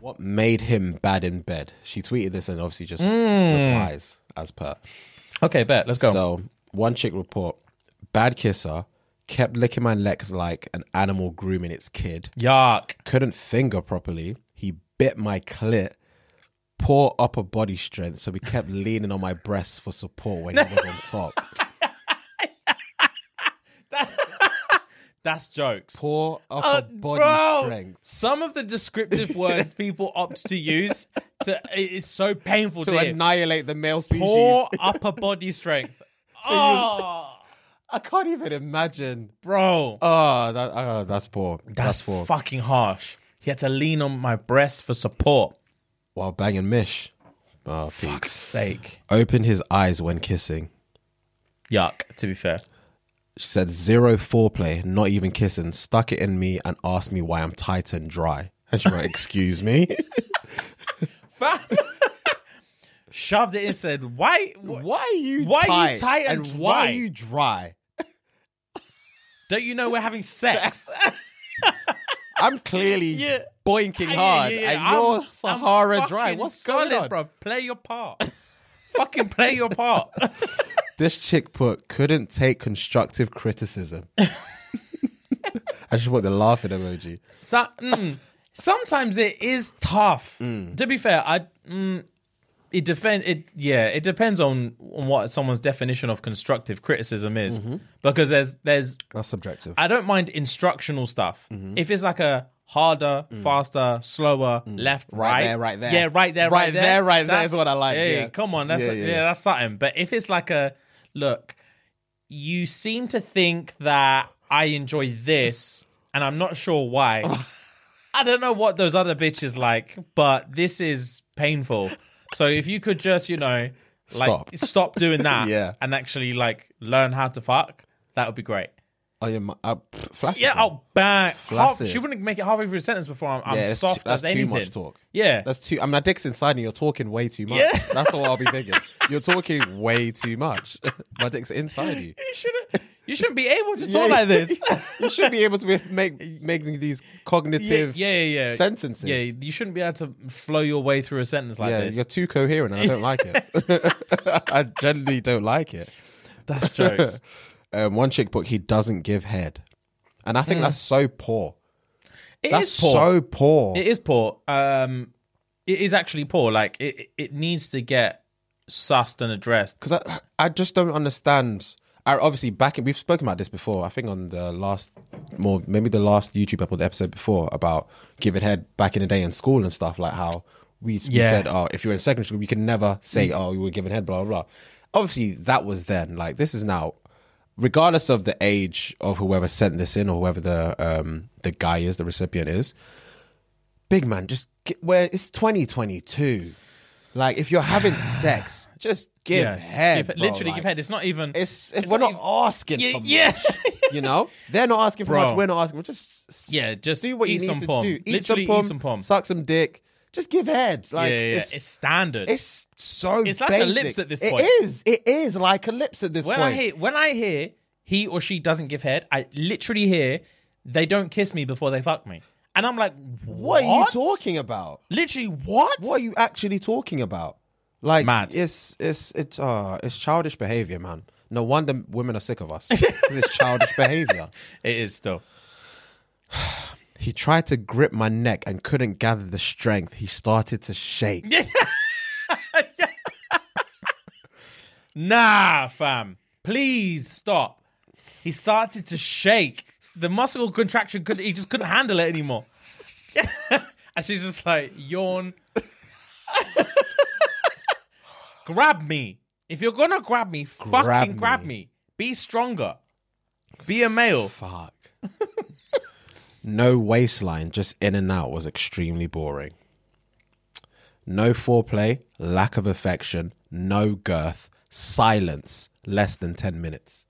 What made him bad in bed? She tweeted this and obviously just replies as per. Okay, bet. Let's go. So one chick report, bad kisser, kept licking my leg like an animal grooming its kid. Yuck. Couldn't finger properly. He bit my clit. Poor upper body strength, so we kept leaning on my breasts for support when he was on top. That's jokes. Poor upper Uh, body bro, strength. Some of the descriptive words people opt to use to it is so painful to, To hear. annihilate the male species. Poor upper body strength. was- oh, I can't even imagine. bro, Oh, that, oh that's poor. That's, that's poor. fucking harsh. He had to lean on my breast for support. While banging Mish. Oh, fuck. Sake. Opened his eyes when kissing. Yuck. To be fair. She said zero foreplay, not even kissing, stuck it in me and asked me why I'm tight and dry. And she went, Excuse me? Shoved it in. Said, "Why? wh- Why are you Why are you tight? tight and why are dry? you dry? Don't you know we're having sex?" I'm clearly Yeah. boinking Yeah, hard yeah, yeah. and I'm- you're I'm Sahara dry. fucking What's going solid, on? bro? Play your part. fucking play your part. This chick put couldn't take constructive criticism. I just want the laughing emoji. So, mm, sometimes it is tough. To be fair, I mm, it depends. It yeah, it depends on, on what someone's definition of constructive criticism is, because there's there's That's subjective. I don't mind instructional stuff Mm-hmm. if it's like a harder, faster, slower, left, Mm. Right right, there, right there. yeah, right there, right, Right there, right there is that's- what I like, Hey, yeah. come on, that's Yeah, yeah, yeah, yeah, yeah. that's something. But if it's like a look, you seem to think that I enjoy this, and I'm not sure why. I don't know what those other bitches like, but this is painful. So if you could just, you know, like Stop. stop doing that Yeah. and actually like learn how to fuck, that would be great. oh, yeah, my, uh, pff, flaccid. Yeah, I'll bang. Half, Flaccid. she wouldn't make it halfway through a sentence before I'm, I'm Yeah, that's too- soft that's as too anything. much talk. Yeah, That's too. I mean, my dick's inside, and you're talking way too much. Yeah. That's all I'll be thinking. You're talking way too much. My dick's inside you. you shouldn't. You shouldn't be able to Yeah. talk like this. You should be able to be- make making these yeah, yeah, cognitive. yeah, yeah. sentences. Yeah, you shouldn't be able to flow your way through a sentence like Yeah, this. you're too coherent, and I don't like it. I generally don't like it. That's jokes. Um, one chick book, he doesn't give head, and I think that's so poor. Hmm. It That's is poor. so poor. It is poor. Um, it is actually poor. Like it, it- it needs to get sussed and addressed. because I I just don't understand. I obviously back in, we've spoken about this before. I think on the last more maybe the last YouTube episode, the episode before about giving head back in the day in school and stuff like how we, we Yeah. said oh if you're in secondary school you can never say oh you were giving head blah blah blah. Obviously that was then. Like this is now. Regardless of the age of whoever sent this in or whoever the um the guy is the recipient is, big man, just get where it's 2022. Like if you're having sex, just give head. Give- bro. literally Like, give head. It's not even. It's, it's- we're not, even- asking Yeah, for yeah. much. You know, they're not asking for Bro. much. We're not asking. We're just s- Yeah, just do what you eat need some to pom. do. Eat some Literally pom, eat some pom. Suck some dick. Just give head. Like yeah, yeah, yeah. It's, It's standard. it's so. It's like a basic. lips at this It point. is. It is like a lips at this when point. I hear when I hear he or she doesn't give head, I literally hear they don't kiss me before they fuck me, and I'm like, what what, are you talking about? Literally, what? What are you actually talking about? Like Mad. It's it's it's uh it's childish behavior, man. No wonder women are sick of us. 'Cause it's childish behavior. It is still. He tried to grip my neck and couldn't gather the strength. He started to shake. Nah, fam. Please stop. He started to shake. The muscle contraction could he just couldn't handle it anymore. and she's just like, yawn. grab me. If you're gonna grab me, fucking me. grab me. Be stronger. Be a male. Fuck. no waistline, just in and out was extremely boring. No foreplay, lack of affection, no girth, silence, less than 10 minutes.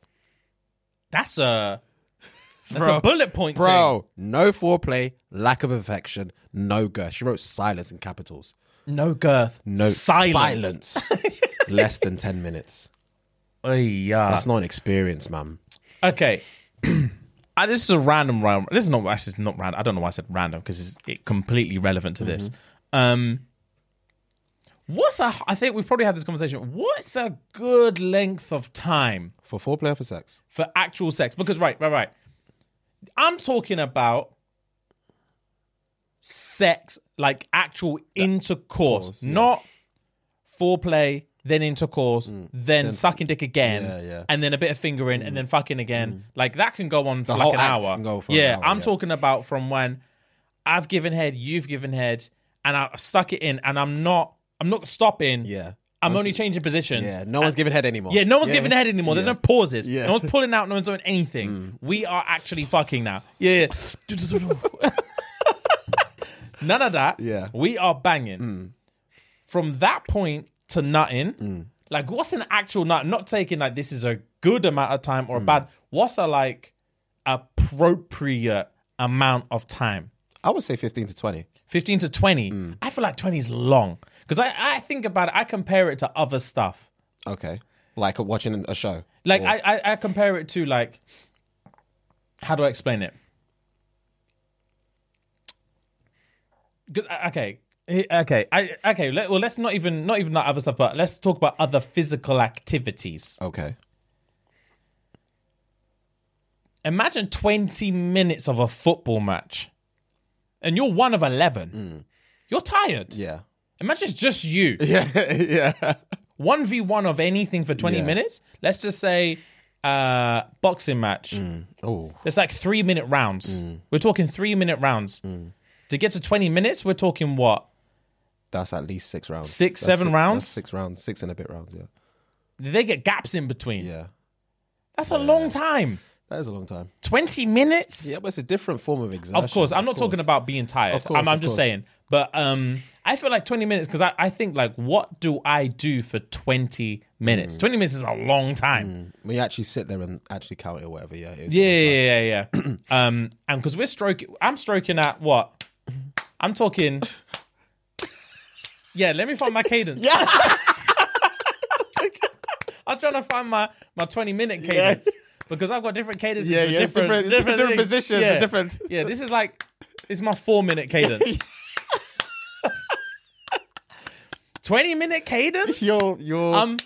That's a that's Bro. a bullet point, thing. Bro, no foreplay, lack of affection, no girth. She wrote silence in capitals. No girth. No silence. silence. Less than 10 minutes. Oh yeah. That's not an experience, man. Okay. I, this is a random round. This is not actually it's not random. I don't know why I said random because it's it completely relevant to this. Um, what's a? I think we've probably had this conversation. What's a good length of time For foreplay or for sex? for actual sex? Because right, right, right. I'm talking about sex, like actual intercourse, yeah. not foreplay, then intercourse, then, sucking dick again, Mm. Yeah, yeah. Mm. and then a bit of fingering, and then fucking again. Like that can go on for whole like an act hour. can go for an yeah, hour, I'm yeah. talking about from when I've given head, you've given head, and I stuck it in, and I'm not, I'm not stopping. Yeah. I'm only changing positions. Yeah. No one's giving head anymore. Yeah, no one's giving head anymore. There's no pauses. Yeah. Mm. No one's pulling out. No one's doing anything. We are actually fucking now. Yeah. yeah. None of that. Yeah. Mm. We are banging. From that point to nutting, like what's an actual nut? Not taking like this is a good amount of time Mm. or a bad. What's a like appropriate amount of time? I would say 15 to 20. 15 to 20. Mm. I feel like 20 is long. Because I, I think about it, I compare it to other stuff. Okay. Like watching a show. Like I, I, I compare it to like, how do I explain it? 'Cause- uh, Okay, Eh, okay, I okay. Let, well, let's not even not even that other stuff, but let's talk about other physical activities. Okay. Imagine twenty minutes of a football match, and you're one of eleven. You're tired. Mm. Yeah. Imagine it's just you. Yeah. yeah. one v one of anything for twenty Yeah. minutes. Let's just say, uh, boxing match. Oh. There's like three minute rounds. Mm. We're talking three minute rounds. To get to 20 minutes, we're talking what? That's at least six rounds. Six, That's seven that's rounds? Six rounds. Six and a bit rounds. Yeah. They get gaps in between. Yeah. That's a long time. That is a long time. 20 minutes? Yeah, but it's a different form of exertion. Of course. I'm not talking about being tired. Of course, I'm, I'm of just course. saying. But um, I feel like 20 minutes, because I, I think, like, what do I do for 20 Mm. minutes? 20 minutes is a long time. When you actually sit there and actually count it or whatever. Yeah. It's Yeah, yeah, yeah, yeah. yeah. um, and because we're stroking, I'm stroking at what? I'm talking. Yeah, let me find my cadence. Yeah. I'm trying to find my my 20 minute cadence because I've got different cadences Yeah, for yeah, different different- different things. positions, different- Yeah, this is like it's my four minute cadence. 20 minute cadence. You're, you're, Um,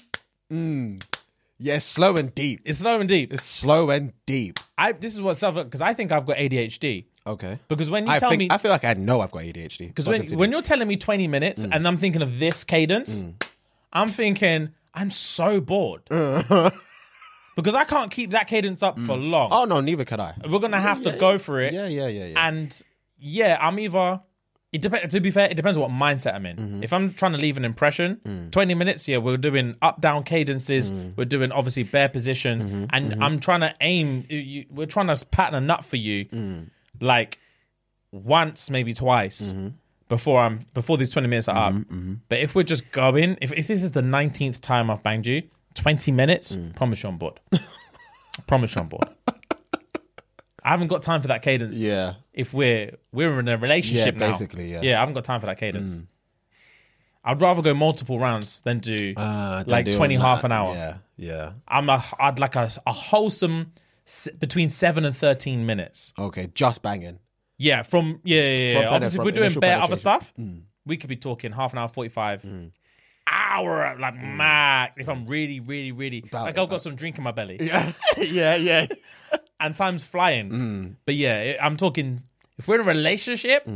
yeah, mm. slow and deep. it's slow and deep. slow and deep. I this is what's up because I think I've got ADHD. Okay. Because when you I tell think me, I feel like I know I've got ADHD. Because when, when you're telling me 20 minutes Mm. and I'm thinking of this cadence, I'm thinking, I'm so bored. because I can't keep that cadence up for long. oh no, neither could I. We're going to have to go for it. Yeah, yeah, yeah, yeah. And yeah, I'm either. It depends. To be fair, it depends on what mindset I'm in. Mm-hmm. If I'm trying to leave an impression, Mm. 20 minutes, yeah, we're doing up down cadences. We're doing obviously bare positions, Mm-hmm, and I'm trying to aim. you- you- we're trying to pattern a nut for you, Mm. like once maybe twice Mm-hmm. before I'm before these 20 minutes are up. But if we're just going, if, if this is the 19th time I've banged you, 20 minutes, Mm. promise you're on board. promise you're on board. I haven't got time for that cadence. Yeah. If we're we're in a relationship Yeah, now. basically, yeah. Mm. Yeah, I haven't got time for that cadence. I'd rather go multiple rounds than do Uh, like then do 20 that. half an hour. Yeah, yeah. I'm a I'd like a, a wholesome s- between 7 and 13 minutes. Okay, just banging. Yeah, from yeah, yeah, yeah. better, Obviously, if from we're doing initial Mm. bare other penetration. stuff. We could be talking half an hour, forty-five, Mm. hour, like max. If I'm really, really, really like, it, I've got some drink in my belly, Yeah, yeah, yeah. and time's flying. Mm. But yeah, it- I'm talking. If we're in a relationship,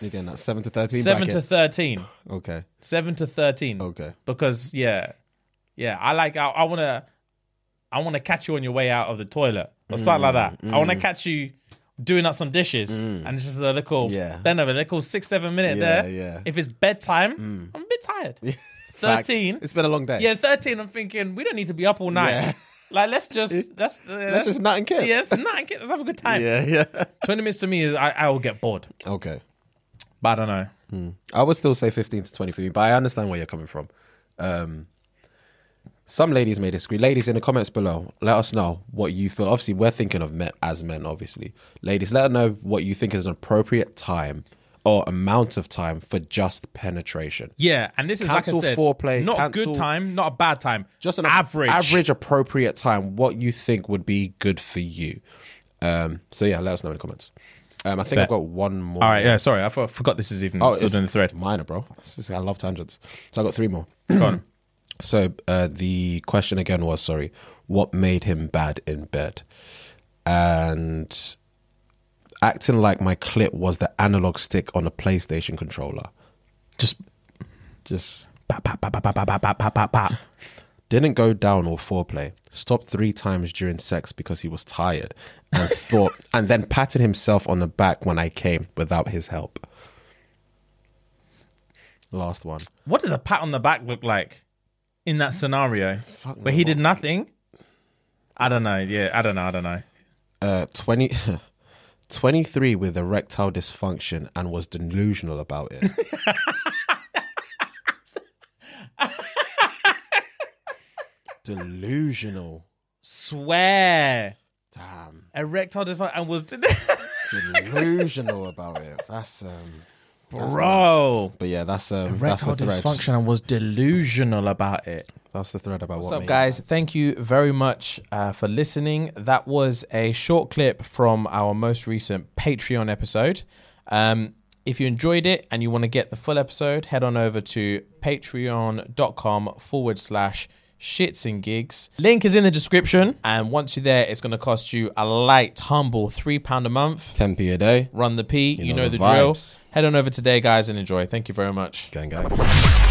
You're getting that seven to thirteen. seven to Mm. bracket. thirteen, okay, seven to thirteen, okay. because yeah, yeah, I like. I, I wanna, I wanna catch you on your way out of the toilet or something like that. I Mm. wanna catch you. Doing up some dishes, and it's just a little, Yeah. then a little six, seven minute Yeah, there. yeah. Mm. If it's bedtime, I'm a bit tired. Fact. Thirteen, It's been a long day. yeah, thirteen. I'm thinking we don't need to be up all night. Yeah. Like let's just let's uh, Let's just nut and kiss. yes, night. Let's have a good time. yeah, yeah. Twenty minutes to me is I, I will get bored, okay. but I don't know. I would still say 15 to 20 for me, but I understand where you're coming from. Um, some ladies may disagree. Ladies, in the comments below, let us know what you feel. Obviously, we're thinking of men as men, obviously. Ladies, let us know what you think is an appropriate time or amount of time for just penetration. Yeah, and this is Cancel like I said, foreplay, not a cancel- good time, not a bad time, just an average. average appropriate time what you think would be good for you um so yeah let us know in the comments um i think i've got one more Oh, All right, yeah. Sorry, I for- forgot this is even still doing the thread. minor bro This is- i love tangents so i got three more Go on. so uh the question again was sorry what made him bad in bed and acting like my clip was the analog stick on a playstation controller Just just bap, bap, bap, bap, bap, bap, bap, bap, bap, bap. Didn't go down or foreplay. Stopped three times during sex because he was tired and thought, and then patted himself on the back when I came without his help. Last one. What does a pat on the back look like in that scenario where me, he did nothing? I don't know. Yeah, I don't know. I don't know. Uh, 20, 23 with erectile dysfunction and was delusional about it. delusional. Swear, Damn. erectile dysfunction, and was Delusional about it. That's um bro. But yeah, that's um, that's the Erectile thread. dysfunction and was delusional about it. That's the thread about What's what up, made- guys? Thank you very much uh, for listening. That was a short clip from our most recent Patreon episode. Um, if you enjoyed it and you want to get the full episode, head on over to patreon.com forward slash shits and gigs. Link is in the description. And once you're there, it's going to cost you a light, humble £3 a month. 10p a day. Run the P, you, know, the, drill. vibes. Head on over today, guys, and enjoy. Thank you very much. Gang gang.